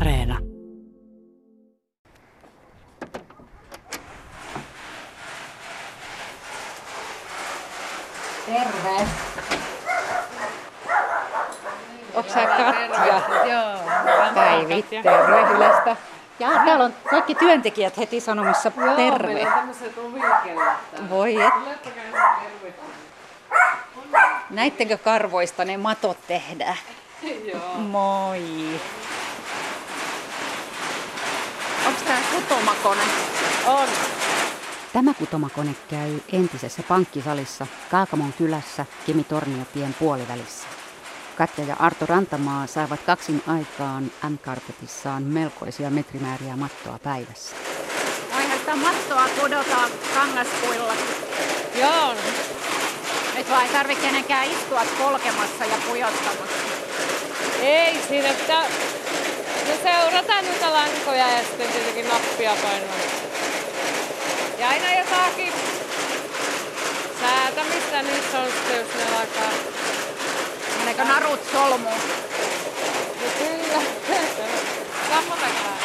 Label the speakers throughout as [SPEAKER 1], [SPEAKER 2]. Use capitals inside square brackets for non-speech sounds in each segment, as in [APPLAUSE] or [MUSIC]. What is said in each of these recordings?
[SPEAKER 1] Areena.
[SPEAKER 2] Terve.
[SPEAKER 3] Onko sä katja?
[SPEAKER 2] Joo.
[SPEAKER 3] Päivi, terve Ylestä. Ja täällä on kaikki työntekijät heti sanomassa terve.
[SPEAKER 2] tämmöiset lumikellot
[SPEAKER 3] Voi et. Näittekö karvoista ne matot tehdään?
[SPEAKER 2] Joo.
[SPEAKER 3] Moi.
[SPEAKER 2] Onks tää kutomakone? On.
[SPEAKER 3] Tämä kutomakone käy entisessä pankkisalissa Kaakamon kylässä Kimi Torniotien puolivälissä. Katja ja Arto Rantamaa saivat kaksin aikaan M-karpetissaan melkoisia metrimääriä mattoa päivässä.
[SPEAKER 2] Voihan sitä mattoa kudota kangaspuilla. Joo. Et vaan ei tarvitse kenenkään istua polkemassa ja pujottamassa.
[SPEAKER 4] Ei siinä pitää... No seurataan niitä lankoja ja sitten tietenkin nappia painaa. Ja aina jotakin säätämistä niissä on sitten, jos ne alkaa.
[SPEAKER 2] Meneekö narut solmuun?
[SPEAKER 4] No kyllä. Sammutakaa.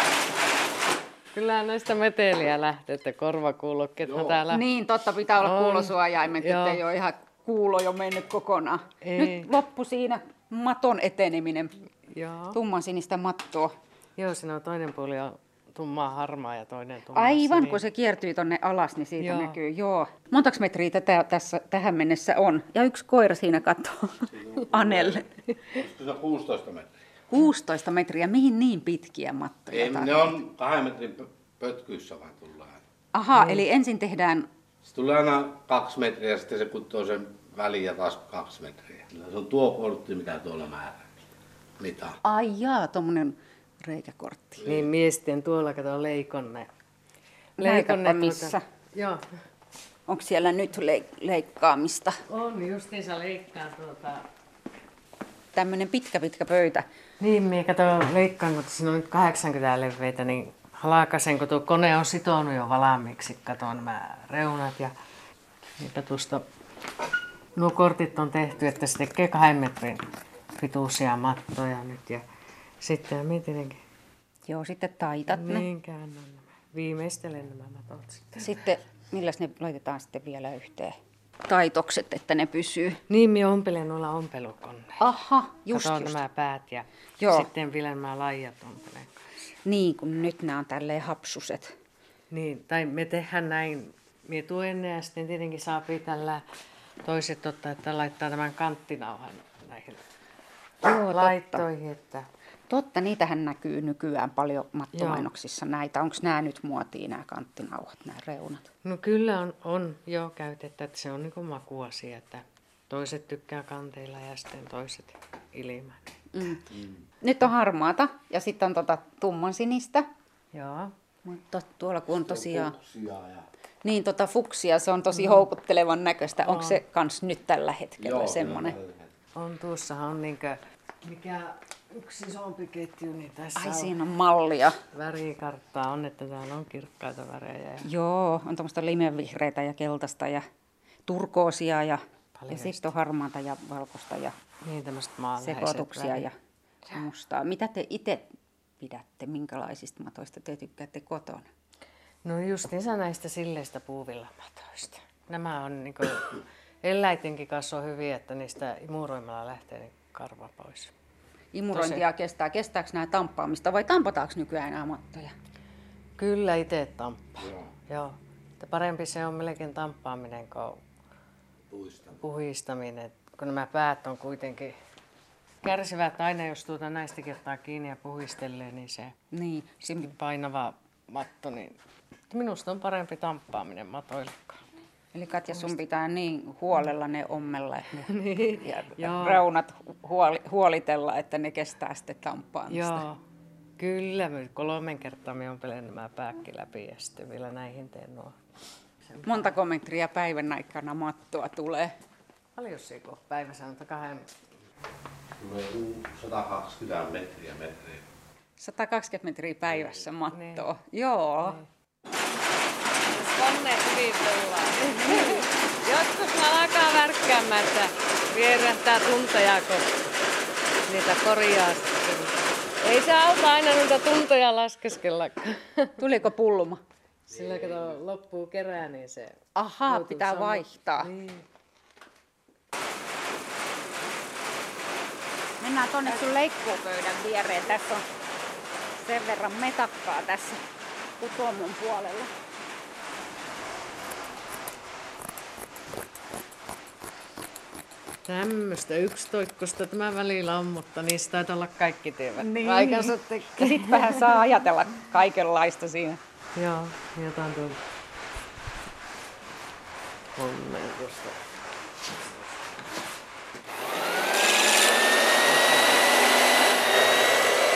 [SPEAKER 4] Kyllä näistä meteliä lähtee, että korvakuulokkeethan täällä.
[SPEAKER 3] Niin, totta pitää olla
[SPEAKER 4] On.
[SPEAKER 3] kuulosuojaimet,
[SPEAKER 4] Joo.
[SPEAKER 3] ettei ole ihan kuulo jo mennyt kokonaan.
[SPEAKER 4] Ei.
[SPEAKER 3] Nyt loppu siinä maton eteneminen.
[SPEAKER 4] Joo.
[SPEAKER 3] Tumman sinistä mattoa.
[SPEAKER 4] Joo, siinä on toinen puoli on tummaa harmaa ja toinen niin- tummaa.
[SPEAKER 3] Aivan,
[SPEAKER 4] sininen.
[SPEAKER 3] kun se kiertyy tonne alas, niin siitä
[SPEAKER 4] Joo.
[SPEAKER 3] näkyy. Joo. Montaks metriä tätä tässä, tähän mennessä on? Ja yksi koira siinä katsoo. Anelle.
[SPEAKER 5] Tuossa 16 metriä.
[SPEAKER 3] 16 metriä. Mihin niin pitkiä mattoja?
[SPEAKER 5] Ei, ne
[SPEAKER 3] tarvitaan?
[SPEAKER 5] on kahden metrin pö- pötkyissä vaan tullaan.
[SPEAKER 3] Aha, eli ensin tehdään...
[SPEAKER 5] Sitten tulee aina kaksi metriä ja sitten se kutoo sen väliin ja taas kaksi metriä. Se on tuo kortti, mitä tuolla määrää. Mitä?
[SPEAKER 3] Ai jaa, tommonen reikäkortti.
[SPEAKER 4] Niin miesten tuolla kato leikonne.
[SPEAKER 3] Näytäpä missä.
[SPEAKER 4] Joo.
[SPEAKER 3] Onko siellä nyt leik- leikkaamista?
[SPEAKER 4] On, justiinsa leikkaa tuota...
[SPEAKER 3] Tämmöinen pitkä pitkä pöytä.
[SPEAKER 4] Niin, minä kato leikkaan, kun siinä on nyt 80 leveitä, niin halakasen, kun tuo kone on sitonut jo valmiiksi, kato nämä reunat ja niitä tuosta... Nuo kortit on tehty, että se tekee kahden metrin pituisia mattoja nyt ja sitten minä tietenkin
[SPEAKER 3] Joo, sitten taitat ne.
[SPEAKER 4] niin käännän nämä. Viimeistelen nämä matot sitten.
[SPEAKER 3] Sitten milläs ne laitetaan sitten vielä yhteen? Taitokset, että ne pysyy.
[SPEAKER 4] Niin, minä ompelen noilla ompelukoneilla.
[SPEAKER 3] Aha, just,
[SPEAKER 4] Just, Kato
[SPEAKER 3] just.
[SPEAKER 4] nämä päät ja
[SPEAKER 3] Joo.
[SPEAKER 4] Joo. sitten vielä nämä laijat ompelen.
[SPEAKER 3] Niin, kun nyt nämä on tälleen hapsuset.
[SPEAKER 4] Niin, tai me tehdään näin, me tuen ne ja sitten tietenkin saa tällä toiset ottaa, että laittaa tämän kanttinauhan näihin
[SPEAKER 3] Joo, totta.
[SPEAKER 4] laittoihin. Että...
[SPEAKER 3] Totta, niitähän näkyy nykyään paljon mattomainoksissa näitä. Onko nämä nyt muotiin nämä kanttinauhat, nämä reunat?
[SPEAKER 4] No kyllä on, on jo käytettä, että se on niin kuin makuasia, että toiset tykkää kanteilla ja sitten toiset ilman.
[SPEAKER 3] Mm. Mm. Nyt on harmaata ja sitten on tota tumman sinistä.
[SPEAKER 4] Joo.
[SPEAKER 3] Mutta tuolla kun on tosiaan...
[SPEAKER 5] Sijaa ja...
[SPEAKER 3] Niin, tota fuksia, se on tosi houkuttelevan näköistä. Onko se kans nyt tällä hetkellä
[SPEAKER 5] Joo,
[SPEAKER 3] semmoinen?
[SPEAKER 5] kyllä.
[SPEAKER 4] On tuossahan on niinkö, mikä yksi isompi ketju, niin tässä
[SPEAKER 3] Ai
[SPEAKER 4] on
[SPEAKER 3] siinä on mallia.
[SPEAKER 4] värikarttaa on, että täällä on kirkkaita värejä. Ja...
[SPEAKER 3] Joo, on tuommoista limevihreitä ja keltaista ja turkoosia ja, ja
[SPEAKER 4] Paljasta.
[SPEAKER 3] sitten on harmaata ja valkoista ja
[SPEAKER 4] Niin tämmöiset maanläiset
[SPEAKER 3] sekoituksia
[SPEAKER 4] värit.
[SPEAKER 3] ja mustaa. Mitä te itse pidätte, minkälaisista matoista te tykkäätte kotona?
[SPEAKER 4] No justiinsa näistä silleistä puuvillamatoista. Nämä on niinku, eläitinkin kanssa on hyviä, että niistä imuroimalla lähtee niin karva pois.
[SPEAKER 3] Imurointia kestää. Kestääkö nämä tamppaamista vai tampataanko nykyään nämä mattoja?
[SPEAKER 4] Kyllä itse tamppaa.
[SPEAKER 5] Joo,
[SPEAKER 4] Joo. Että parempi se on melkein tamppaaminen kuin
[SPEAKER 5] puista.
[SPEAKER 4] puhistaminen, kun nämä päät on kuitenkin kärsivät aina, jos tuota näistä kertaa kiinni ja puhistelee, niin se
[SPEAKER 3] Niin, se
[SPEAKER 4] painava matto, niin minusta on parempi tamppaaminen matoillekaan.
[SPEAKER 3] Eli Katja, sun pitää niin huolella ne ommella niin. ja
[SPEAKER 4] Joo.
[SPEAKER 3] reunat huoli, huolitella, että ne kestää sitten tamppaamista.
[SPEAKER 4] Joo, kyllä. mä Kolmen kertaa minä ompelen nämä pääkki läpi ja sitten vielä näihin teen nuo.
[SPEAKER 3] Montako metriä päivän aikana mattoa tulee?
[SPEAKER 4] Paljon siiko päivässä on kahden.
[SPEAKER 5] Tulee uu- 120 metriä metriä.
[SPEAKER 3] 120 metriä päivässä mattoa. Joo.
[SPEAKER 4] Konne hyvin tullaan. Joskus mä alkaa värkkäämään, että vierähtää tunteja, kun niitä korjaa sitten. Ei se auta aina noita tuntoja laskeskella. [LAUGHS]
[SPEAKER 3] Tuliko pulluma?
[SPEAKER 4] Sillä kato loppuu kerää, niin se...
[SPEAKER 3] Ahaa,
[SPEAKER 4] joutuu
[SPEAKER 3] pitää
[SPEAKER 4] sama-
[SPEAKER 3] vaihtaa.
[SPEAKER 4] Niin.
[SPEAKER 3] Mennään tonne sun leikkuupöydän viereen. Tässä on sen verran metakkaa tässä kutomon puolella.
[SPEAKER 4] Tämmöistä yksitoikkosta tämä välillä on, mutta niistä taitaa olla kaikki tievät. Niin. Aikansa
[SPEAKER 3] Ja
[SPEAKER 4] tekee.
[SPEAKER 3] sit vähän saa ajatella kaikenlaista siinä.
[SPEAKER 4] Joo, jotain tuolla. Kolmeen tuosta.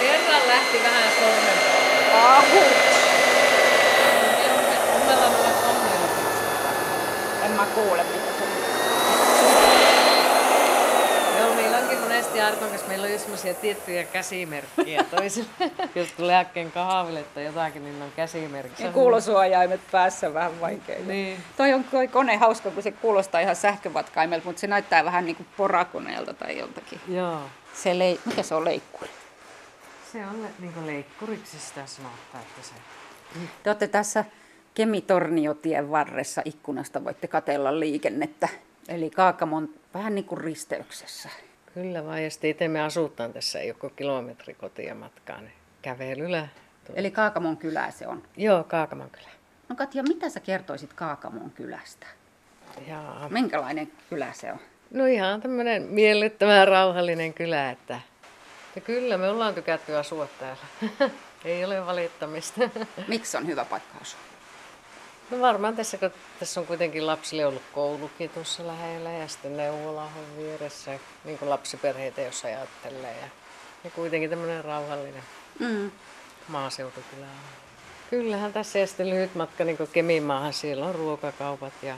[SPEAKER 4] Kerran lähti vähän sormen
[SPEAKER 3] Ahu!
[SPEAKER 4] Omella mulla sormen
[SPEAKER 3] En mä kuule mitä se
[SPEAKER 4] Joo, meillä onkin monesti Arkon kanssa, meillä on just semmoisia tiettyjä käsimerkkiä toisilla. [LAUGHS] Jos tulee äkkeen kahville tai jotakin, niin on käsimerkki.
[SPEAKER 3] Ja kuulosuojaimet päässä vähän vaikea.
[SPEAKER 4] Niin.
[SPEAKER 3] Toi on toi kone hauska, kun se kuulostaa ihan sähkövatkaimelta, mutta se näyttää vähän niinku porakoneelta tai joltakin.
[SPEAKER 4] Joo.
[SPEAKER 3] Se lei... Mikä se on leikkuri?
[SPEAKER 4] Se on le- niinku leikkuriksi sitä sanotaan, että se...
[SPEAKER 3] Te olette tässä Kemitorniotien varressa ikkunasta voitte katella liikennettä. Eli Kaakamon vähän niin kuin risteyksessä.
[SPEAKER 4] Kyllä vaan, ja sitten itse me asutaan tässä joku kilometri kotia matkaa, niin kävelyllä.
[SPEAKER 3] Eli Kaakamon kylä se on.
[SPEAKER 4] Joo, Kaakaman kylä.
[SPEAKER 3] No Katja, mitä sä kertoisit Kaakamon kylästä?
[SPEAKER 4] Jaa.
[SPEAKER 3] Minkälainen kylä se on?
[SPEAKER 4] No ihan tämmöinen miellyttävän rauhallinen kylä, että... Ja kyllä, me ollaan tykätty asua täällä. [LAUGHS] Ei ole valittamista.
[SPEAKER 3] Miksi on hyvä paikka asua?
[SPEAKER 4] No varmaan tässä, kun tässä on kuitenkin lapsille ollut koulukin tuossa lähellä ja sitten neuvola on vieressä, niin kuin lapsiperheitä, jos ajattelee. Ja, ja kuitenkin tämmöinen rauhallinen
[SPEAKER 3] Mm.
[SPEAKER 4] maaseutukylä on. Kyllähän tässä ja sitten lyhyt matka niin kuin Kemimaahan, siellä on ruokakaupat ja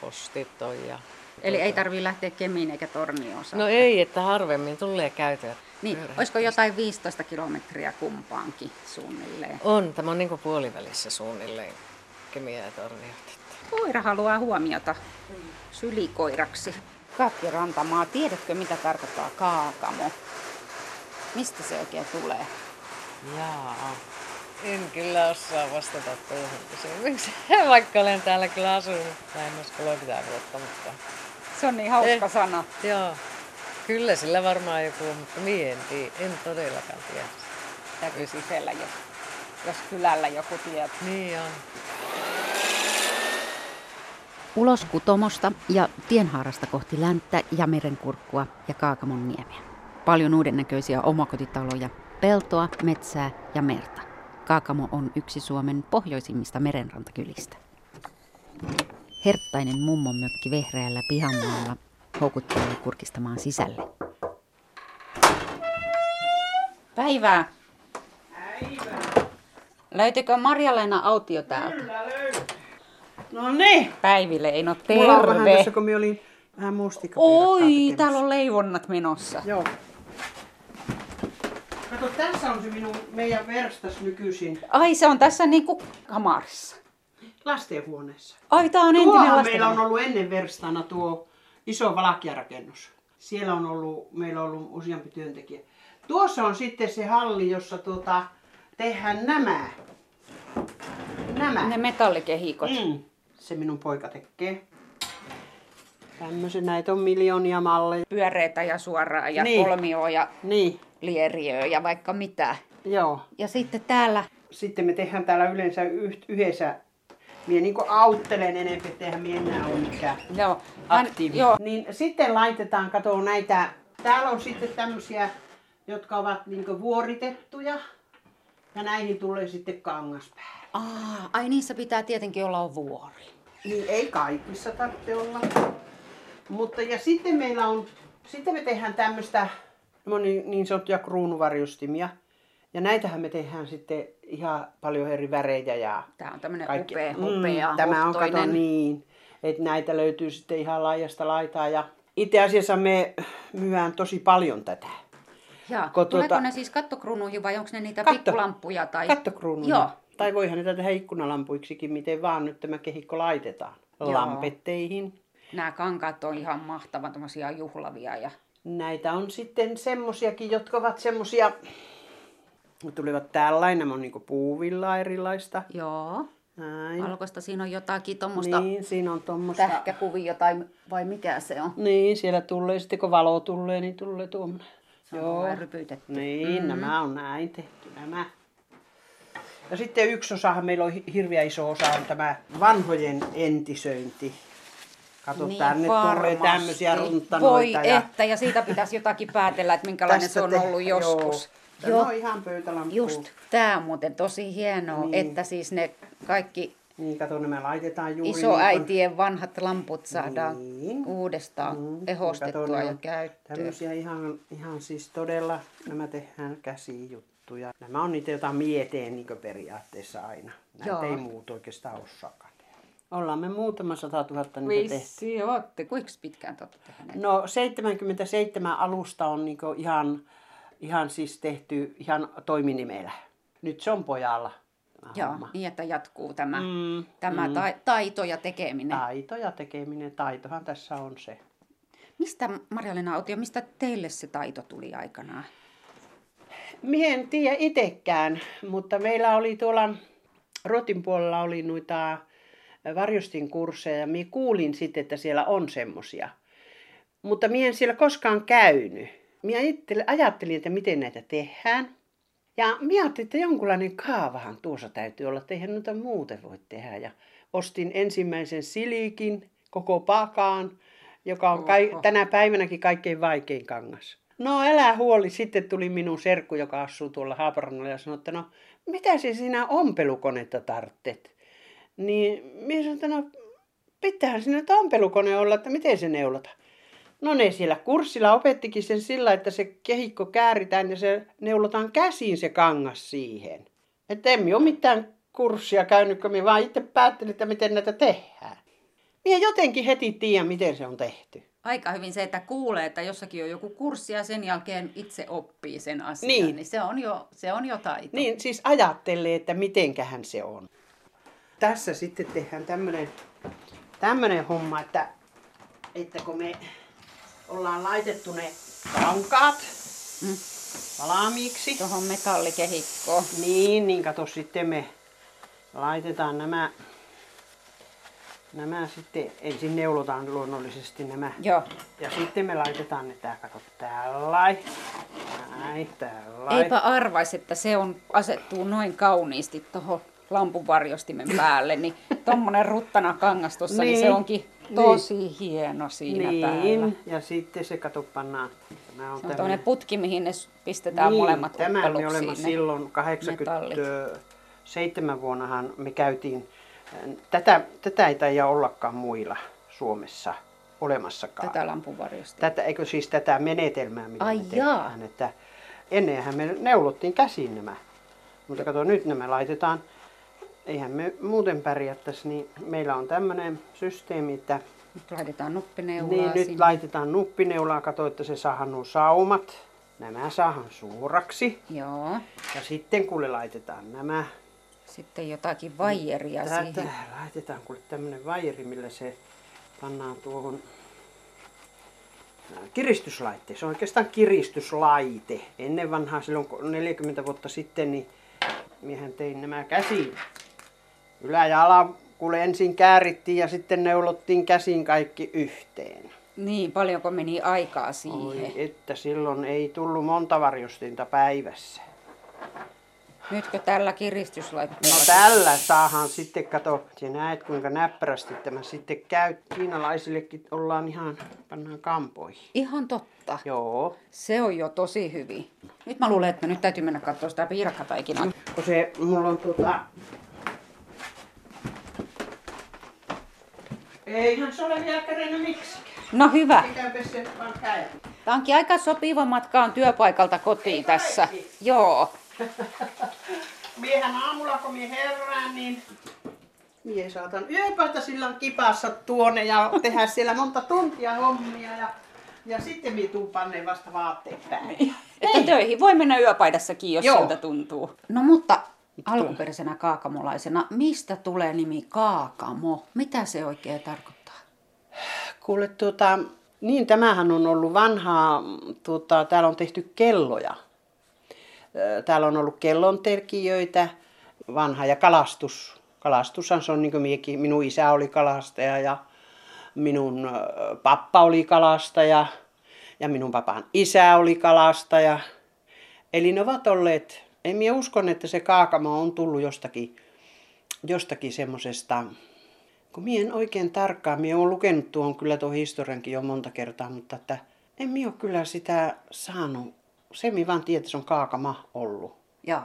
[SPEAKER 4] postit on ja...
[SPEAKER 3] Eli ei tarvii lähteä Kemiin eikä Tornioon
[SPEAKER 4] No
[SPEAKER 3] saakka.
[SPEAKER 4] ei, että harvemmin tulee käytyä.
[SPEAKER 3] niin,
[SPEAKER 4] pyörällä.
[SPEAKER 3] olisiko jotain 15 kilometriä kumpaankin suunnilleen?
[SPEAKER 4] On, tämä on niin kuin puolivälissä suunnilleen Kemiä ja Torniot.
[SPEAKER 3] Koira haluaa huomiota sylikoiraksi. Katja Rantamaa, tiedätkö mitä tarkoittaa kaakamo? Mistä se oikein tulee?
[SPEAKER 4] Jaa. En kyllä osaa vastata tuohon kysymykseen, [LAUGHS] vaikka olen täällä kyllä asunut lähemmäs 30 vuotta, mutta
[SPEAKER 3] Se on niin hauska
[SPEAKER 4] Eh.
[SPEAKER 3] sana.
[SPEAKER 4] joo, kyllä sillä varmaan joku on, mutta mie en, tii, en todellakaan tiedä.
[SPEAKER 3] Täytyy kysellä, jos, jos kylällä joku tietää.
[SPEAKER 4] Niin on.
[SPEAKER 6] Ulos Kutomosta ja tienhaarasta kohti länttä ja merenkurkkua ja Kaakamon niemeä. Paljon uuden näköisiä omakotitaloja, peltoa, metsää ja merta. Kaakamo on yksi Suomen pohjoisimmista merenrantakylistä. Herttainen mummon mökki vehreällä pihamaalla houkuttelee kurkistamaan sisälle.
[SPEAKER 3] Päivää. Löytyykö Marja-Leena autio täältä?
[SPEAKER 1] No niin.
[SPEAKER 3] Päivi Leino,
[SPEAKER 1] Mulla on vähän
[SPEAKER 3] terve.
[SPEAKER 1] tässä, kun minä olin vähän mustikapiirakkaa
[SPEAKER 3] Oi,
[SPEAKER 1] tekemässä.
[SPEAKER 3] täällä on leivonnat menossa.
[SPEAKER 1] Joo. Kato, tässä on se minun, meidän verstas nykyisin
[SPEAKER 3] Ai, se on tässä niinku kamarissa.
[SPEAKER 1] lastenhuoneessa.
[SPEAKER 3] Ai, tää on entinen
[SPEAKER 1] Tuohan
[SPEAKER 3] lasten.
[SPEAKER 1] meillä on ollut ennen verstana tuo iso valakkiarakennus. Siellä on ollut, meillä on ollut useampi työntekijä. Tuossa on sitten se halli, jossa tuota, tehdään nämä. Nämä.
[SPEAKER 3] Ne metallikehikot.
[SPEAKER 1] Mm. Se minun poika tekee. Tämmöisen, näitä on miljoonia malleja.
[SPEAKER 3] pyöreitä ja suoraa ja niin.
[SPEAKER 1] Niin.
[SPEAKER 3] kolmioa ja
[SPEAKER 1] Niin,
[SPEAKER 3] lieriöä ja vaikka mitä.
[SPEAKER 1] joo.
[SPEAKER 3] Ja sitten täällä,
[SPEAKER 1] sitten me tehdään täällä yleensä yh- yhdessä. Mie niinku auttelen enempi, etteihän mie enää ole mikään
[SPEAKER 3] joo, an-
[SPEAKER 1] aktiivi.
[SPEAKER 3] joo,
[SPEAKER 1] Niin sitten laitetaan, kato näitä, täällä on sitten tämmösiä, jotka ovat niinku vuoritettuja. Ja näihin tulee sitten kangas päälle.
[SPEAKER 3] aa, ai niissä pitää tietenkin olla vuori.
[SPEAKER 1] Niin ei kaikissa tarvitse olla. Mutta ja sitten meillä on, sitten me tehdään tämmöistä niin, niin sanottuja kruunuvarjostimia. Ja näitähän me tehdään sitten ihan paljon eri värejä ja
[SPEAKER 3] Tää on tämmönen
[SPEAKER 1] Kaikki-
[SPEAKER 3] upea, upea,
[SPEAKER 1] Mm, Tämä on kato
[SPEAKER 3] hohtoinen.
[SPEAKER 1] niin, että näitä löytyy sitten ihan laajasta laitaa ja itse asiassa me myydään tosi paljon tätä.
[SPEAKER 3] Jaa,
[SPEAKER 1] kun
[SPEAKER 3] tuleeko
[SPEAKER 1] tuota-
[SPEAKER 3] ne siis kattokruunuihin vai onko ne niitä
[SPEAKER 1] Katto-
[SPEAKER 3] pikkulamppuja? Tai...
[SPEAKER 1] Kattokruunuja.
[SPEAKER 3] Joo.
[SPEAKER 1] Tai voihan niitä tehdä ikkunalampuiksikin, miten vaan nyt tämä kehikko laitetaan.
[SPEAKER 3] Joo.
[SPEAKER 1] Lampetteihin.
[SPEAKER 3] Nämä kankaat on ihan mahtavan tommosia juhlavia ja
[SPEAKER 1] Näitä on sitten semmosiakin, jotka ovat semmosia Ne tulivat tällainen, nämä on niinku puuvillaa erilaista.
[SPEAKER 3] Joo.
[SPEAKER 1] Näin.
[SPEAKER 3] Valkoista siinä on jotakin tuommoista
[SPEAKER 1] Niin, siinä on tuommoista.
[SPEAKER 3] tähkäkuvia tai vai mikä se on.
[SPEAKER 1] Niin, siellä tulee sitten kun valo tulee, niin tulee tuommoinen. Joo.
[SPEAKER 3] Vai rypytetty. Mm-hmm.
[SPEAKER 1] Niin, mm. nämä on näin tehty nämä. Ja sitten yksi osahan meillä on hi- hirveä iso osa on tämä vanhojen entisöinti. Katsotaan,
[SPEAKER 3] Niin
[SPEAKER 1] niin, nyt tulee
[SPEAKER 3] varmasti.
[SPEAKER 1] tämmöisiä
[SPEAKER 3] Voi
[SPEAKER 1] runtanoita. ja
[SPEAKER 3] että, ja siitä pitäisi jotakin päätellä, että minkälainen
[SPEAKER 1] tästä
[SPEAKER 3] se on
[SPEAKER 1] te-
[SPEAKER 3] ollut joskus.
[SPEAKER 1] Joo. Joo. on ihan pöytälamppu.
[SPEAKER 3] Just, tämä on muuten tosi hienoa, niin. että siis ne kaikki
[SPEAKER 1] Niin, kato, nämä laitetaan juuri niin
[SPEAKER 3] isoäitien vanhat lamput saadaan
[SPEAKER 1] Niin.
[SPEAKER 3] niin. uudestaan
[SPEAKER 1] kuin- Mm,
[SPEAKER 3] mm.
[SPEAKER 1] kato,
[SPEAKER 3] ehostettua
[SPEAKER 1] ne
[SPEAKER 3] ja
[SPEAKER 1] on
[SPEAKER 3] käyttöön.
[SPEAKER 1] Tämmöisiä ihan, ihan siis todella, nämä tehdään käsijuttuja. Nämä on niitä, joita mieteen niin periaatteessa aina. Näitä
[SPEAKER 3] Joo.
[SPEAKER 1] ei muut oikeastaan osaakaan. Ollaan me muutama sata tuhatta niitä tehty.
[SPEAKER 3] Vissi ootte. Kuinka pitkään te olette tehneet?
[SPEAKER 1] No 77 alusta on niinku ihan, ihan siis tehty ihan toiminimellä. Nyt se on pojalla tämä
[SPEAKER 3] Joo,
[SPEAKER 1] homma.
[SPEAKER 3] niin että jatkuu tämä, mm.
[SPEAKER 1] Mm,
[SPEAKER 3] tämä mm. Ta- taito ja tekeminen.
[SPEAKER 1] taito ja tekeminen, taitohan tässä on se.
[SPEAKER 3] Mistä, Marja-Leena Autio, mistä teille se taito tuli aikanaan?
[SPEAKER 1] Mie en tiedä itekään, mutta meillä oli tuolla Ruotin puolella oli noita varjostin kursseja ja minä kuulin sitten, että siellä on semmosia. Mutta minä en siellä koskaan käynyt. Minä itse ajattelin, että miten näitä tehdään. Ja minä ajattelin, että jonkunlainen kaavahan tuossa täytyy olla, että eihän noita muuten voi tehdä. Ja ostin ensimmäisen silikin, koko pakaan, joka on kai, tänä päivänäkin kaikkein vaikein kangas. No älä huoli, sitten tuli minun serkku, joka asuu tuolla Haaparannalla ja sanoi, että no mitä se sinä ompelukonetta tarttet? Niin minä sanoin, että no pitäähän sinä tompelukone olla, että miten se neulata. No ne siellä kurssilla opettikin sen sillä, että se kehikko kääritään ja se neulotaan käsiin se kangas siihen. Että emme ole mitään kurssia käynyt, kun minä vaan itse päättelin, että miten näitä tehdään. Minä jotenkin heti tiedän, miten se on tehty.
[SPEAKER 3] Aika hyvin se, että kuulee, että jossakin on joku kurssi ja sen jälkeen itse oppii sen asian,
[SPEAKER 1] Niin.
[SPEAKER 3] niin, niin se, on jo, se on jo taito.
[SPEAKER 1] Niin, siis ajattelee, että mitenkähän se on. Tässä sitten tehdään tämmönen, tämmönen homma, että, että kun me ollaan laitettu ne kankaat
[SPEAKER 3] Mm.
[SPEAKER 1] valmiiksi.
[SPEAKER 3] Tuohon metallikehikkoon.
[SPEAKER 1] Niin, niin kato sitten me laitetaan nämä, nämä sitten, ensin neulotaan luonnollisesti nämä.
[SPEAKER 3] Joo.
[SPEAKER 1] Ja sitten me laitetaan ne tää, kato, tällain, näin, tällain.
[SPEAKER 3] Eipä arvaisi, että se on, asettuu noin kauniisti tuohon lampunvarjostimen päälle, niin tuommoinen ruttana kangas tuossa, niin. niin se
[SPEAKER 1] Niin.
[SPEAKER 3] onkin
[SPEAKER 1] Niin.
[SPEAKER 3] tosi hieno siinä
[SPEAKER 1] niin,
[SPEAKER 3] päällä.
[SPEAKER 1] ja sitten se kato pannaan. Tämä on
[SPEAKER 3] Se on
[SPEAKER 1] tämmönen-
[SPEAKER 3] tuommoinen putki, mihin ne s- pistetään niin, molemmat
[SPEAKER 1] Tämän me
[SPEAKER 3] uppeluksiin
[SPEAKER 1] olemme
[SPEAKER 3] ne.
[SPEAKER 1] silloin 87 vuonnahan me käytiin, tätä, tätä ei taida ollakaan muilla Suomessa olemassakaan.
[SPEAKER 3] Tätä lampunvarjostinta.
[SPEAKER 1] Tätä, eikö siis tätä menetelmää, mitä
[SPEAKER 3] Ai
[SPEAKER 1] me
[SPEAKER 3] jaa.
[SPEAKER 1] tehdään. Että ennenhän me neulottiin käsin nämä. Mutta kato, nyt nämä laitetaan. Eihän me muuten pärjättäisi, niin meillä on tämmöinen systeemi, että
[SPEAKER 3] Nyt laitetaan nuppineulaa
[SPEAKER 1] niin,
[SPEAKER 3] sinne.
[SPEAKER 1] nyt laitetaan nuppineulaa, kato, että se saadaan nuo saumat. Nämä saahan suoraksi.
[SPEAKER 3] Joo.
[SPEAKER 1] Ja sitten kuule laitetaan nämä.
[SPEAKER 3] Sitten jotakin vaijeria
[SPEAKER 1] Tätä
[SPEAKER 3] siihen.
[SPEAKER 1] laitetaan kuule tämmönen vaijeri, millä se pannaan tuohon äh, kiristyslaitteeseen. Se on oikeastaan kiristyslaite. Ennen vanhaa silloin kun 40 vuotta sitten, niin miehän tein nämä käsin. Ylä- ja ala kuule ensin käärittiin ja sitten neulottiin käsin kaikki yhteen.
[SPEAKER 3] Niin, paljonko meni aikaa siihen.
[SPEAKER 1] Oi, että silloin ei tullut monta varjostinta päivässä.
[SPEAKER 3] Nytkö tällä kiristyslaitteella?
[SPEAKER 1] No tällä saahan sitten, kato, sä näet kuinka näppärästi tämä sitten käy. Kiinalaisillekin ollaan ihan, pannaan kampoihin.
[SPEAKER 3] Ihan totta.
[SPEAKER 1] Joo.
[SPEAKER 3] Se on jo tosi hyvin. Nyt mä luulen, että nyt täytyy mennä katsoa sitä piirakkataikinaa.
[SPEAKER 1] Kun se, mulla on tota... Eihän se ole vielä kerennyt miksikään.
[SPEAKER 3] No hyvä.
[SPEAKER 1] Pitääpä se vaan käy.
[SPEAKER 3] Tämä onkin aika sopiva matkaan työpaikalta kotiin tässä. Joo.
[SPEAKER 1] Miehän aamulla, kun mie herään, niin mie saatan yöpäitä sillan kipassa tuonne ja tehdä siellä monta tuntia hommia ja, ja sitten mie tuun panneen vasta vaatteet päälle.
[SPEAKER 3] Että töihin voi mennä yöpaidassakin, jos
[SPEAKER 1] Joo.
[SPEAKER 3] siltä tuntuu. No mutta alkuperäisenä kaakamolaisena, mistä tulee nimi kaakamo? Mitä se oikein tarkoittaa?
[SPEAKER 1] Kuule, tuota, niin tämähän on ollut vanhaa, tuota, täällä on tehty kelloja. ö, täällä on ollut kellontekijöitä, vanha ja kalastus. Kalastushan se on niin kuin miekin, minun isä oli kalastaja ja minun ö, pappa oli kalastaja ja minun papan isä oli kalastaja. Eli ne ovat olleet, en minä uskon, että se kaakamo on tullut jostakin, jostakin semmoisesta, kun minä en oikein tarkkaan, minä olen lukenut tuon kyllä tuon historiankin jo monta kertaa, mutta että en minä ole kyllä sitä saanut. Se minä vaan tiedän, että se on kaakama ollut.
[SPEAKER 3] Joo.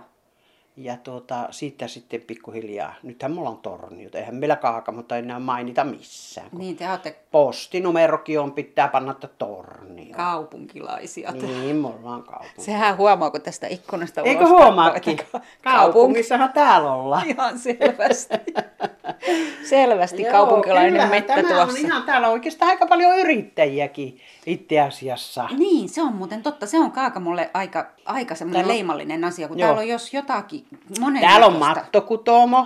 [SPEAKER 1] Ja tuota, siitä sitten pikkuhiljaa, nythän mulla on torni, joten eihän meillä kaakamota enää mainita missään. Kun
[SPEAKER 3] Niin te olette
[SPEAKER 1] Postinumerokin on, pitää panna, että torni. on.
[SPEAKER 3] kaupunkilaisia. te.
[SPEAKER 1] Niin, mulla on kaupunki.
[SPEAKER 3] Sehän huomaa, kun tästä ikkunasta
[SPEAKER 1] Eikö
[SPEAKER 3] ulos katsoo,
[SPEAKER 1] huomaakin?
[SPEAKER 3] että ka- Kaupunki.
[SPEAKER 1] Kaupungissahan täällä ollaan.
[SPEAKER 3] Ihan [LAUGHS] selvästi. selvästi
[SPEAKER 1] Joo,
[SPEAKER 3] kaupunkilainen
[SPEAKER 1] kyllähän
[SPEAKER 3] mettä
[SPEAKER 1] tämä
[SPEAKER 3] tuossa.
[SPEAKER 1] on ihan täällä oikeastaan aika paljon yrittäjiäkin itse asiassa.
[SPEAKER 3] Niin, se on muuten totta. Se on Kaakamolle aika, aika semmoinen
[SPEAKER 1] Täällä on-
[SPEAKER 3] leimallinen asia, kun
[SPEAKER 1] Joo.
[SPEAKER 3] täällä on jos jotakin monen
[SPEAKER 1] Täällä on
[SPEAKER 3] näköistä.
[SPEAKER 1] mattokutomo.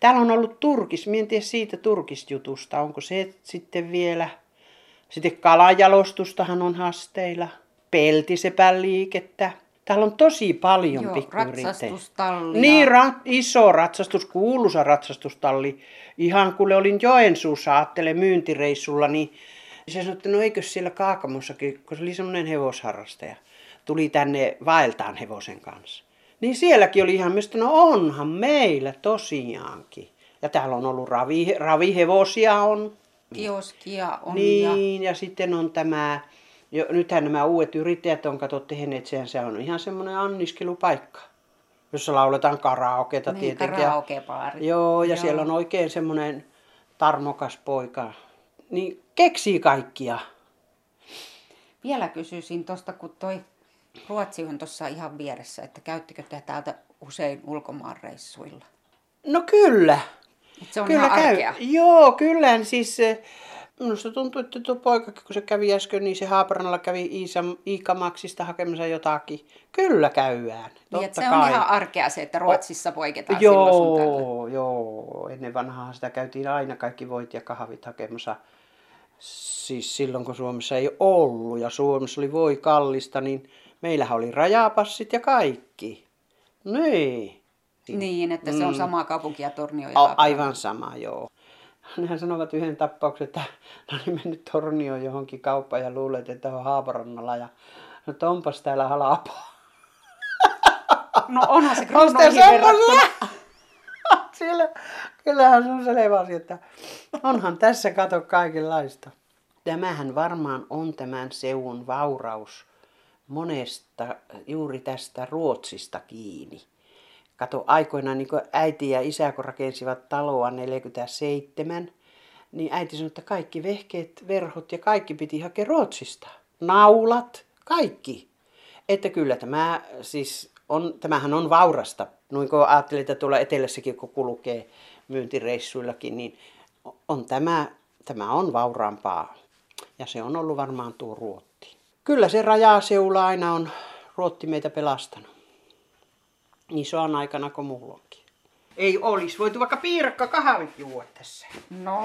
[SPEAKER 1] Täällä on ollut turkis. Mie en tiedä siitä turkisjutusta. Onko se sitten vielä? Sitten kalajalostustahan on hasteilla. Peltisepän liikettä. Täällä on tosi paljon
[SPEAKER 3] Joo,
[SPEAKER 1] pikkuyrittäjiä.
[SPEAKER 3] ratsastustallia.
[SPEAKER 1] Niin, ra- iso ratsastus, kuuluisa ratsastustalli. Ihan kun olin Joensuussa, ajattele myyntireissulla, niin se sanoi, että no eikö siellä Kaakamossakin, kun se oli semmoinen hevosharrastaja, tuli tänne vaeltaan hevosen kanssa. Niin sielläkin oli ihan mistä, no onhan meillä tosiaankin. Ja täällä on ollut ravi, ravihevosia on.
[SPEAKER 3] Kioskia on ja...
[SPEAKER 1] Niin, ja sitten on tämä, jo, nythän nämä uudet yrittäjät on kato tehneet sen, se on ihan semmoinen anniskelupaikka, jossa lauletaan karaoketa
[SPEAKER 3] Niin,
[SPEAKER 1] tota tietenkin.
[SPEAKER 3] karaokebaari.
[SPEAKER 1] Joo, ja
[SPEAKER 3] Joo.
[SPEAKER 1] Joo. siellä on oikein semmoinen tarmokas poika. Niin keksii kaikkia.
[SPEAKER 3] Vielä kysyisin tuosta, kun toi Ruotsi on tuossa ihan vieressä, että käyttikö te täältä usein ulkomaanreissuilla?
[SPEAKER 1] No kyllä.
[SPEAKER 3] Et se on
[SPEAKER 1] kyllä
[SPEAKER 3] ihan arkea.
[SPEAKER 1] Joo, kyllä. Siis eh, minusta tuntuu, että tuo poikakin, kun se kävi äsken, niin se Haaparanalla kävi Iisa- Iikamaksista hakemassa jotakin. Kyllä käydään. Totta
[SPEAKER 3] Niin, että se
[SPEAKER 1] kai.
[SPEAKER 3] on ihan arkea se, että Ruotsissa poiketaan silloin sun tällöin.
[SPEAKER 1] Joo, joo. Ennen vanhaa sitä käytiin aina kaikki voit ja kahvit hakemassa. Siis silloin kun Suomessa ei ollut ja Suomessa oli voi kallista, niin meillähän oli rajapassit ja kaikki. Niin.
[SPEAKER 3] Niin, että se on sama kaupunki ja Tornio ja
[SPEAKER 1] A-
[SPEAKER 3] Haaparanta.
[SPEAKER 1] aivan sama, joo. Nehän sanovat yhden tappauksen, että [LAUGHS] ne oli mennyt tornioon johonkin kauppaan ja luulet, että on Haaparannalla ja no, että onpas täällä halapaa.
[SPEAKER 3] No onhan
[SPEAKER 1] [LAUGHS]
[SPEAKER 3] se
[SPEAKER 1] Osta
[SPEAKER 3] kruunuihin verrattuna.
[SPEAKER 1] [LAUGHS] Siellä, kyllähän se on selvä asia, että onhan tässä kato kaikenlaista. Tämähän varmaan on tämän seun vauraus monesta juuri tästä Ruotsista kiinni. Kato, aikoinaan niin kuin äiti ja isä kun rakensivat taloa 47, niin äiti sanoi, että kaikki vehkeet, verhot ja kaikki piti hakea Ruotsista. Naulat, kaikki. Että kyllä tämä siis on, tämähän on vaurasta. Noin kun ajattelin, että tuolla etelässäkin kun kulkee myyntireissuillakin, niin o- on tämä, tämä on vauraampaa. Ja se on ollut varmaan tuo Ruotti. Kyllä se rajaseula aina on Ruotti meitä pelastanut. Niin se on aikana kuin muulloinkin. Ei olisi. Voitu vaikka piirakka kahvit juua tässä.
[SPEAKER 3] No,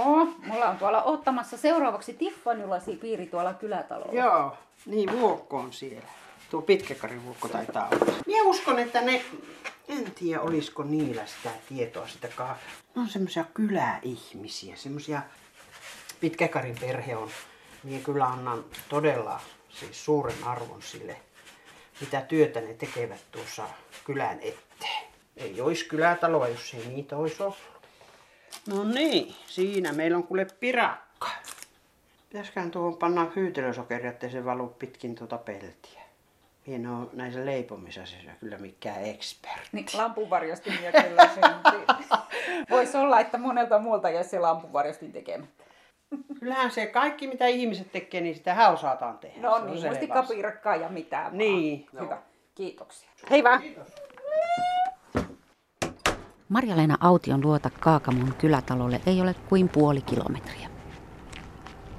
[SPEAKER 3] mulla on tuolla ottamassa seuraavaksi Tiffanylasi piiri tuolla kylätalolla.
[SPEAKER 1] Joo, niin vuokko on siellä. Tuo pitkäkarivuokko taitaa olla. Minä uskon, että ne, en tiedä olisiko niillä sitä tietoa sitä ka... Ne on semmoisia kyläihmisiä, semmoisia pitkäkarin perhe on. Minä kyllä annan todella siis suuren arvon sille, mitä työtä ne tekevät tuossa kylän eteen. Ei olisi kylätaloa, jos ei niitä olisi ollut. No niin, siinä meillä on kuule pirakka. Pitäisiköhän tuohon panna hyytelösokeria, ettei se valu pitkin tuota peltiä. Minä en ole näissä leipomisasioissa kyllä mikään expert.
[SPEAKER 7] [LAUGHS]
[SPEAKER 8] Niin, lampunvarjostin ja kyllä syntyy. Voisi olla, että monelta muulta jäisi se lampunvarjostin tekemättä.
[SPEAKER 9] Niin.
[SPEAKER 1] Kyllähän se kaikki, mitä ihmiset tekee, niin sitähän osataan tehdä. Se
[SPEAKER 8] No
[SPEAKER 1] on
[SPEAKER 8] niin,
[SPEAKER 1] selvä asia.
[SPEAKER 8] mustikkapiirakkaa ja mitään
[SPEAKER 1] Niin.
[SPEAKER 9] Ah,
[SPEAKER 8] Vaan. Hyvä, kiitoksia.
[SPEAKER 2] Hei vaan.
[SPEAKER 3] Marja-Leena Aution luota Kaakamon kylätalolle ei ole kuin puoli kilometriä.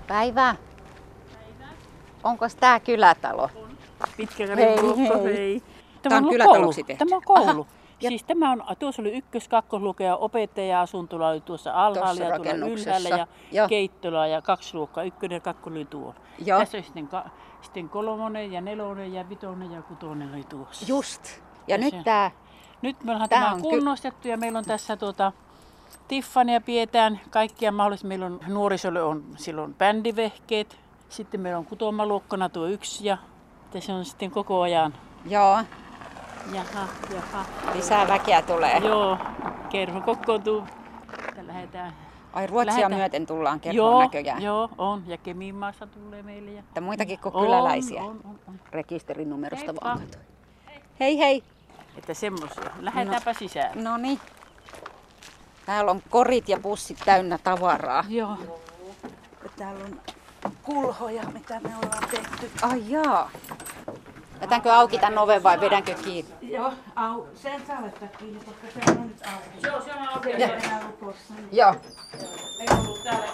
[SPEAKER 3] Päivää. Onko tämä kylätalo?
[SPEAKER 10] Pitkä hei, hei.
[SPEAKER 3] Tää on
[SPEAKER 10] ollut
[SPEAKER 3] kylätaloksi
[SPEAKER 10] koulu.
[SPEAKER 3] tehty.
[SPEAKER 10] Tämä on koulu.
[SPEAKER 3] Aha.
[SPEAKER 10] Ja siis tämä on, tuossa oli ykkös, kakkosluokka opettaja asuntola oli tuossa alhaalla
[SPEAKER 9] Tuossa
[SPEAKER 10] ja tuolla
[SPEAKER 9] rakennuksessa.
[SPEAKER 10] ylhäällä ja
[SPEAKER 9] Joo.
[SPEAKER 10] keittola ja kaksi luokkaa, ykkönen ja kakkonen oli tuolla.
[SPEAKER 9] Joo.
[SPEAKER 10] Tässä oli sitten, ka, sitten kolmonen ja nelonen ja vitonen ja kutonen oli tuossa.
[SPEAKER 9] Just. Ja nyt
[SPEAKER 10] Se-
[SPEAKER 9] tämä,
[SPEAKER 10] Nyt me ollaan
[SPEAKER 9] Tää
[SPEAKER 10] tämä
[SPEAKER 9] on ky-
[SPEAKER 10] kunnostettu ja meillä on tässä tuota, Tiffania pidetään kaikkia mahdollisia. Meillä on nuorisolle on silloin bändivehkeet. Sitten meillä on kutomaluokkana tuo yksi ja että se on sitten koko ajan.
[SPEAKER 9] joo,
[SPEAKER 10] Jaha, jaha.
[SPEAKER 9] lisää väkeä tulee.
[SPEAKER 10] Joo, kerho kokoontuu. Että lähdetään.
[SPEAKER 9] Ai Ruotsia
[SPEAKER 10] Lähetään.
[SPEAKER 9] myöten tullaan kerran
[SPEAKER 10] joo,
[SPEAKER 9] näköjään.
[SPEAKER 10] joo, on. Ja Kemin maassa tulee meille. Ja...
[SPEAKER 9] Että muitakin kuin
[SPEAKER 10] On,
[SPEAKER 9] kyläläisiä.
[SPEAKER 10] On, on, on.
[SPEAKER 9] Rekisterinumerosta
[SPEAKER 10] Heippa.
[SPEAKER 9] vaan katsoin. Hei hei.
[SPEAKER 10] Että semmoisia. Lähdetäänpä sisään.
[SPEAKER 9] No niin. Täällä on korit ja pussit täynnä tavaraa.
[SPEAKER 10] Joo.
[SPEAKER 9] Täällä on kulhoja, mitä me ollaan tehty. Ai jaa. Jätänkö auki tämän oven vai vedänkö kiinni?
[SPEAKER 10] Joo, se on oikein.
[SPEAKER 9] Joo.
[SPEAKER 10] Meillä on ollut täällä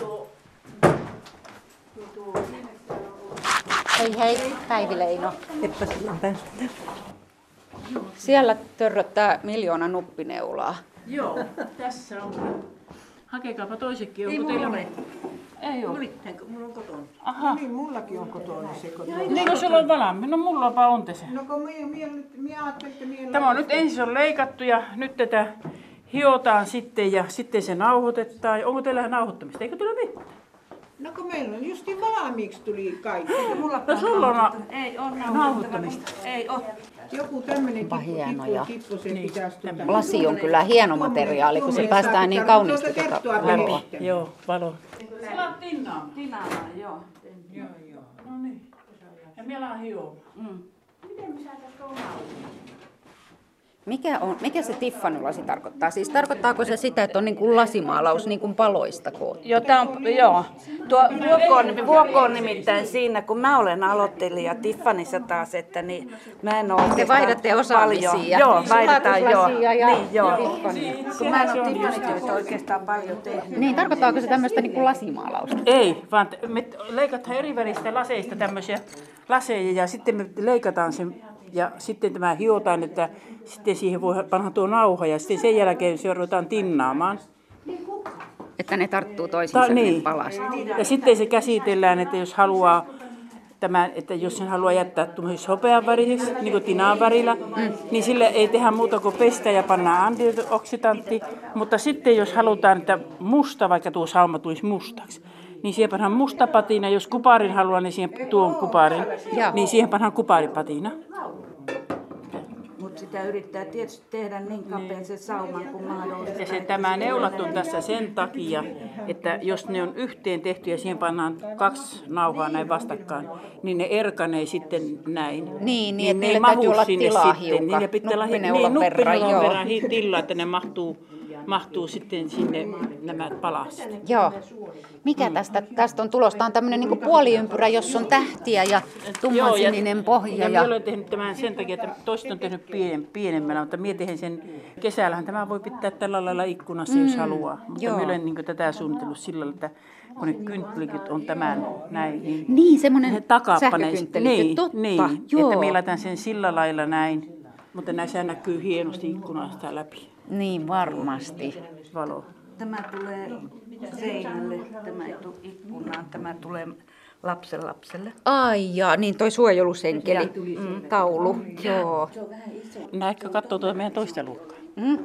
[SPEAKER 10] tuo
[SPEAKER 9] Hei hei, Päivi Leino. Siellä törröttää miljoona nuppineulaa.
[SPEAKER 10] Joo, tässä on. Hakekaapa toisekin, onko teillä niin, ole? Ei ole.
[SPEAKER 1] No niin, mullakin on kotona se kotona.
[SPEAKER 10] Niin kuin sulla on valami, no mullapa on te se.
[SPEAKER 1] No kun minä, minä, minä ajattelin, että minä...
[SPEAKER 10] Tämä on nyt ensin on leikattu ja nyt tätä hiotaan sitten ja sitten se nauhoitetaan. Ja Onko teillä nauhoittamista? Eikö tule mitään?
[SPEAKER 1] No kun meillä on justiin valmiiksi tuli kaikki.
[SPEAKER 10] No sulla on Ei on nauhoittamista.
[SPEAKER 1] Joku tämmöinen kippu, kippu, se niin. pitäisi tuota.
[SPEAKER 9] Lasi on kyllä hieno materiaali, kun se päästään niin kauniisti
[SPEAKER 1] tuota
[SPEAKER 9] tuota
[SPEAKER 1] valoa.
[SPEAKER 9] valoa.
[SPEAKER 10] Joo, valo. Ja meillä on hioa.
[SPEAKER 9] Mikä, on, mikä se Tiffany-lasi tarkoittaa? Siis tarkoittaako se sitä, että on niin kuin lasimaalaus niin kuin paloista koottu?
[SPEAKER 7] Jota on, joo. Tuo vuokko on, vuokko on nimittäin siinä, kun mä olen aloittelija Tiffanissa taas, että niin mä en ole
[SPEAKER 9] Te
[SPEAKER 7] oikeastaan
[SPEAKER 9] vaihdatte osaamisia.
[SPEAKER 7] paljon- Joo, vaihdetaan joo.
[SPEAKER 9] Sulatuslasia ja
[SPEAKER 7] Niin, joo.
[SPEAKER 9] Tiffany.
[SPEAKER 7] Kun mä en ole Tiffanityötä oikeastaan paljon tehnyt.
[SPEAKER 9] Niin, tarkoittaako se tämmöistä niin kuin lasimaalausta?
[SPEAKER 10] Ei, vaan t- me t- leikataan eri väristä laseista tämmöisiä laseja ja sitten me leikataan sen ja sitten tämä hiotaan, että sitten siihen voi panna tuo nauha ja sitten sen jälkeen se ruvetaan tinnaamaan.
[SPEAKER 9] Että ne tarttuu
[SPEAKER 10] Ta-
[SPEAKER 9] toisiinsa
[SPEAKER 10] niin.
[SPEAKER 9] niin. palasta.
[SPEAKER 10] Ja sitten se käsitellään, että jos haluaa Tämä, että jos sen haluaa jättää tuommoiseksi hopean väriseksi, niin kuin tinaan värillä, mm. niin sille ei tehdä muuta kuin pestä ja panna antioksidantti. Mutta sitten jos halutaan, että musta, vaikka tuo sauma tulisi mustaksi, niin siihen pannaan musta patina. Jos kuparin haluaa, niin siihen tuon kuparin.
[SPEAKER 9] Joo.
[SPEAKER 10] Niin siihen pannaan kuparipatina.
[SPEAKER 7] Mutta sitä yrittää tietysti tehdä niin kapean se sauman kuin mahdollista.
[SPEAKER 10] Ja se, tämä neulat on tässä sen takia, että jos ne on yhteen tehty ja siihen pannaan kaksi nauhaa näin vastakkain, niin ne erkanee sitten näin.
[SPEAKER 9] niin, että
[SPEAKER 10] ne
[SPEAKER 9] niille
[SPEAKER 10] ei mahu
[SPEAKER 9] täytyy olla
[SPEAKER 10] sinne
[SPEAKER 9] tilaa
[SPEAKER 10] sitten.
[SPEAKER 9] hiukan.
[SPEAKER 10] Niin, ne pitää olla hi-
[SPEAKER 9] Nuppineulan
[SPEAKER 10] niin,
[SPEAKER 9] verran,
[SPEAKER 10] nuppineulan
[SPEAKER 9] joo.
[SPEAKER 10] verran hi- tilaa, että ne mahtuu, mahtuu sitten sinne nämä palaset.
[SPEAKER 9] Joo. Mikä
[SPEAKER 10] Mm.
[SPEAKER 9] tästä, tästä on tulosta? Tämä on tämmöinen niin puoliympyrä, jossa on tähtiä ja
[SPEAKER 10] Joo, ja-
[SPEAKER 9] tummansininen pohja.
[SPEAKER 10] Ja, minä
[SPEAKER 9] Ja...
[SPEAKER 10] olen tehnyt tämän sen takia, että toiset on tehnyt pienem, pienemmällä, mutta minä tein sen kesällähän. Tämä voi pitää tällä lailla ikkunassa, jos haluaa. Mutta
[SPEAKER 9] Mm, joo.
[SPEAKER 10] minä olen niin tätä suunnitellut sillä lailla, että kun ne kynttilikit on tämän näin, niin
[SPEAKER 9] Niin, semmoinen
[SPEAKER 10] ne takapanee.
[SPEAKER 9] sähkökynttelit.
[SPEAKER 10] Niin,
[SPEAKER 9] Totta,
[SPEAKER 10] niin
[SPEAKER 9] joo.
[SPEAKER 10] että minä laitan sen sillä lailla näin. Mutta näissä näkyy hienosti ikkunasta läpi
[SPEAKER 9] Niin, varmasti.
[SPEAKER 10] valo.
[SPEAKER 7] Tämä tulee seinälle, tämä ei tule ikkunaan, tämä tulee lapsen lapselle.
[SPEAKER 9] Ai jaa, niin toi suojelusenkeli, mm, taulu, joo.
[SPEAKER 10] Näitkö katsoo tuota meidän toista luokkaa?
[SPEAKER 9] Mm.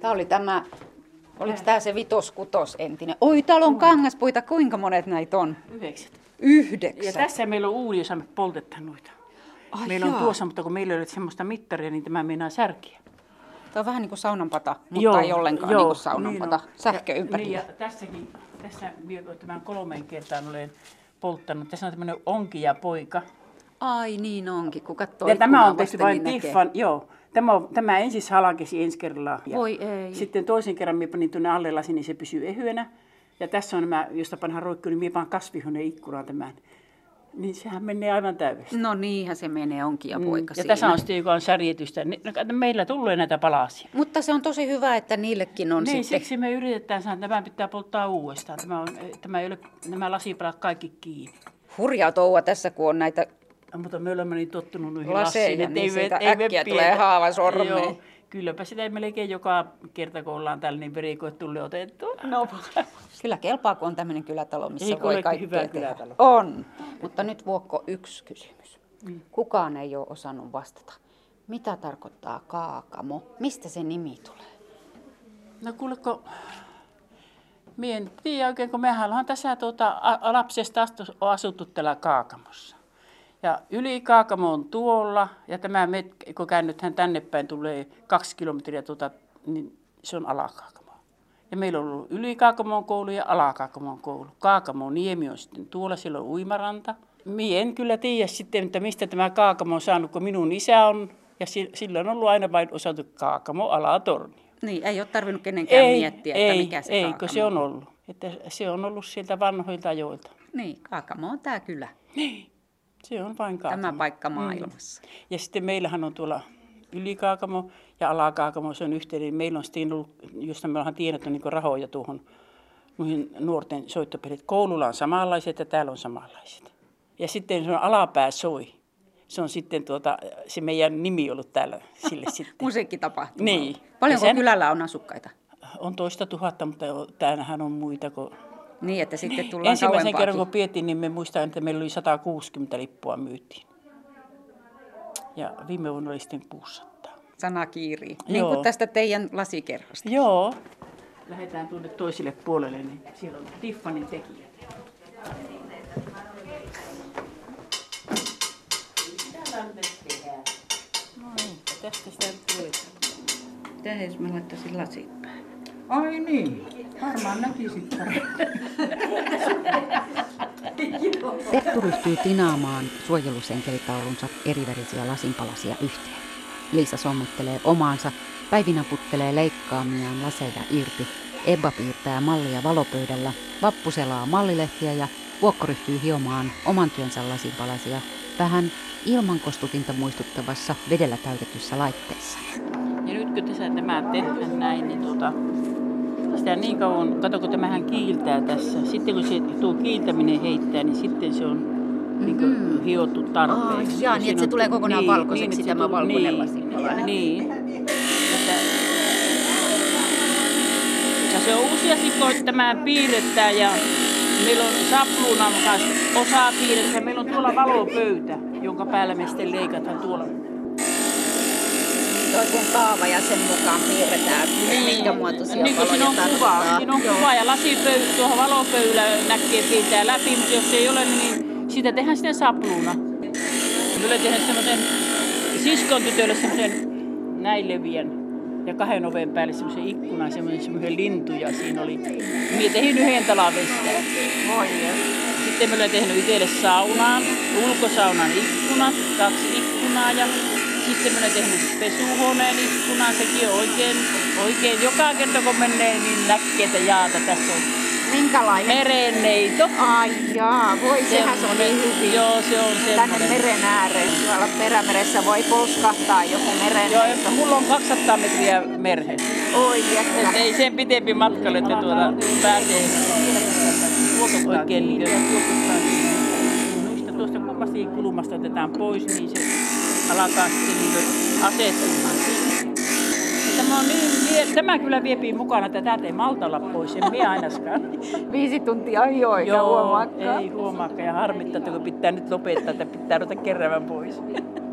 [SPEAKER 9] Tämä oli tämä, oliko tämä se vitoskutos entinen? Oi, täällä on kangaspuita, kuinka monet näitä on?
[SPEAKER 10] Yhdeksät. Ja
[SPEAKER 9] Yhdeksän.
[SPEAKER 10] tässä meillä on uuni, jossa me poltetaan noita.
[SPEAKER 9] Ai
[SPEAKER 10] meillä on
[SPEAKER 9] jaa.
[SPEAKER 10] tuossa, mutta kun meillä ei ole semmoista mittaria, niin tämä meinaa särkiä.
[SPEAKER 9] Tämä on vähän niin kuin saunanpata, mutta
[SPEAKER 10] Joo,
[SPEAKER 9] ei ollenkaan
[SPEAKER 10] joo,
[SPEAKER 9] niin kuin saunanpata,
[SPEAKER 10] on.
[SPEAKER 9] sähköympärillä.
[SPEAKER 10] Niin, ja tässäkin, tässä minä tämän kolmeen kertaan olen polttanut. Tässä on tämmöinen onki ja poika.
[SPEAKER 9] Ai niin onkin, kun katsoo
[SPEAKER 10] ja tämä
[SPEAKER 9] ikkunaa
[SPEAKER 10] on tehty
[SPEAKER 9] vasten,
[SPEAKER 10] vain
[SPEAKER 9] niin näkee.
[SPEAKER 10] tiffan, joo. Tämä, on, tämä ensin halakesi ensi kerralla. Ja
[SPEAKER 9] Voi ei.
[SPEAKER 10] Sitten toisen kerran minä panin tuonne alle lasin, niin se pysyy ehyenä. Ja tässä on nämä, josta pannaan roikkuu, niin minä panen kasvihuoneen ikkunaan tämän. Niin sehän menee aivan täydessä.
[SPEAKER 9] No niinhän se menee, onkin
[SPEAKER 3] Mm.
[SPEAKER 9] ja poika
[SPEAKER 10] Mm. ja
[SPEAKER 9] siinä.
[SPEAKER 10] tässä on sitten, joka on särjetystä. Ne- no kato, Meillä tulee näitä palasia.
[SPEAKER 9] Mutta se on tosi hyvä, että niillekin on
[SPEAKER 10] niin,
[SPEAKER 9] sitten.
[SPEAKER 10] siksi me eh, yritetään sanoa, että tämä pitää polttaa uudestaan. Tämä, on, tämä ei ole, nämä lasipalat kaikki kiinni.
[SPEAKER 9] hurjaa touhua tässä, kun on näitä
[SPEAKER 10] Mutta me olemme niin tottunut noihin
[SPEAKER 9] Laseja,
[SPEAKER 10] lasseihin, että
[SPEAKER 9] niin
[SPEAKER 10] ei,
[SPEAKER 9] siitä
[SPEAKER 10] me- ei me
[SPEAKER 9] äkkiä
[SPEAKER 10] pidetä.
[SPEAKER 9] tulee haava sormeen.
[SPEAKER 10] Joo, kylläpä sitä melkein joka kerta, kun ollaan täällä, niin verikoit tulee otettua. No,
[SPEAKER 9] Kyllä kelpaa, kun on tämmöinen kylätalo, missä
[SPEAKER 10] Eikö
[SPEAKER 9] voi
[SPEAKER 10] olekin
[SPEAKER 9] kaikkea
[SPEAKER 10] hyvä
[SPEAKER 9] tehdä.
[SPEAKER 10] kylätalo?
[SPEAKER 9] On, mutta nyt Vuokko yksi kysymys.
[SPEAKER 10] Mm.
[SPEAKER 9] Kukaan ei ole osannut vastata. Mitä tarkoittaa kaakamo? Mistä se nimi tulee?
[SPEAKER 10] no kuuleko, mie en tiedä oikein, kun mehän ollaan tässä tuota, a- lapsesta asti on asuttu täällä Kaakamossa. Ja yli Kaakamo on tuolla, ja tämä met, kun käännythän tänne päin, tulee kaksi kilometriä, tuota, niin se on alakaakamo. Ja meillä on ollut yli Kaakamon koulu ja alakaakamon koulu. Kaakamon niemi on sitten tuolla, siellä on uimaranta. Mie en kyllä tiedä sitten, että mistä tämä Kaakamo on saanut, kun minun isä on. Ja si- sillä on ollut aina vain osattu Kaakamo alatorni.
[SPEAKER 9] Niin, ei ole tarvinnut kenenkään
[SPEAKER 10] ei, ei, kun se on ollut. Että se on ollut sieltä vanhoilta joilta.
[SPEAKER 9] Niin, kaakamo on tämä kylä,
[SPEAKER 10] Se on vain Kaakamo.
[SPEAKER 9] paikka
[SPEAKER 10] maailmassa. Ja sitten meillähän on tuolla Ylikaakamo ja Alakaakamo, se on yhteinen. Meillä on sitten ollut, josta me ollaan tienattu niin rahoja tuohon noihin nuorten soittopelit. Koululla on samanlaiset ja täällä on samanlaiset. Ja sitten se on alapää soi. Se on sitten tuota, se meidän nimi ollut täällä sille [LAUGHS] sitten.
[SPEAKER 9] Musiikkitapahtuma.
[SPEAKER 10] Niin. Paljonko Ja sen-
[SPEAKER 9] kylällä on asukkaita?
[SPEAKER 10] On toista tuhatta, mutta täällähän on muita kuin
[SPEAKER 9] Niin, että sitten
[SPEAKER 10] Ensimmäisen kerran kun pietiin, niin me muistan, että meillä oli 160 lippua myytiin. Ja viime vuonna oli sitten 600.
[SPEAKER 9] sana kiiri.
[SPEAKER 10] Niin kuin Joo.
[SPEAKER 9] tästä teidän lasikerhosta.
[SPEAKER 10] Joo. Lähdetään tuonne toiselle puolelle, niin siellä on Tiffanin tekijät. Noin, tästä sitä nyt tulee.
[SPEAKER 7] Mitä jos mä laittaisin lasit päälle?
[SPEAKER 10] Ai niin, varmaan näkisit
[SPEAKER 3] Perttu ryhtyy tinaamaan suojelusenkelitaulunsa erivärisiä lasinpalasia yhteen. Liisa sommuttelee omaansa, Päivi naputtelee leikkaamiaan laseja irti, Ebba piirtää mallia valopöydällä, Vappu selaa mallilehtiä ja Vuokko ryhtyy hiomaan oman työnsä lasinpalasia vähän ilmankostutinta muistuttavassa vedellä täytetyssä laitteessa.
[SPEAKER 10] Ja nyt kun tässä tämä tehdään näin, niin tuota, sitä niin kauan, kato kun tämähän kiiltää tässä. Sitten kun se tuo kiiltäminen heittää, niin sitten se on niin kuin hiottu tarpeeksi.
[SPEAKER 9] Mm-hmm. Aa, jaa,
[SPEAKER 10] Ja
[SPEAKER 9] niin,
[SPEAKER 10] siinä
[SPEAKER 9] että se
[SPEAKER 10] on-
[SPEAKER 9] tulee kokonaan valkoiseksi
[SPEAKER 10] että se
[SPEAKER 9] tämä
[SPEAKER 10] tulee-
[SPEAKER 9] valkoinen
[SPEAKER 10] niin,
[SPEAKER 9] lasinpalanen.
[SPEAKER 10] Niin. Että, ja se on useasti, kun tämä piirretään ja meillä on sapluunan kanssa osaa piirretään. Meillä on tuolla valopöytä, jonka päällä me sitten leikataan tuolla.
[SPEAKER 9] Toi kun kaava ja sen mukaan piirretään, minkä muotoisia
[SPEAKER 10] Niin kuin siinä on kuva, siinä on kuva ja lasipöy, tuohon valopöylä näkee siitä läpi, mutta jos ei ole, niin siitä tehdään sitten sapluuna. Mä olen tehnyt semmoisen siskon tytölle semmoisen näin leviän ja kahden oven päälle semmoisen ikkunan, semmoisen, semmoisen lintu ja siinä oli, minä tein yhden talavesta. Sitten mä olen tehnyt itselle saunaan, ulkosaunan ikkunat, kaksi ikkunaa ja sitten mä olen tehnyt pesuhuoneen ikkunan, sekin on oikein, oikein joka kerta kun menee niin näkee, että jaata tässä on
[SPEAKER 9] Minkälainen?
[SPEAKER 10] merenneito.
[SPEAKER 9] Ai jaa, voi sehän se on niin hyvin.
[SPEAKER 10] Joo, se on
[SPEAKER 9] Tänne
[SPEAKER 10] semmoinen.
[SPEAKER 9] meren ääreen, tuolla perämeressä voi polskahtaa joku meren.
[SPEAKER 10] Joo, että mulla on 200 metriä merhe.
[SPEAKER 9] Oi, jättä.
[SPEAKER 10] Et ei sen pitempi matkalle, että tuota pääsee oikein liikkeelle. Tuosta kummastakin kulmasta otetaan pois, niin se alkaa sitten niin asettumaan. Ja Tämä, on niin, vie- tämä kyllä viepii mukana, että täältä ei malta olla pois, en minä ainakaan.
[SPEAKER 8] Viisi tuntia ajoi, eikä
[SPEAKER 10] Joo,
[SPEAKER 8] huomaakaan.
[SPEAKER 10] ei huomaakaan ja harmittaa, että kun pitää nyt lopettaa, että pitää ruveta keräämään pois.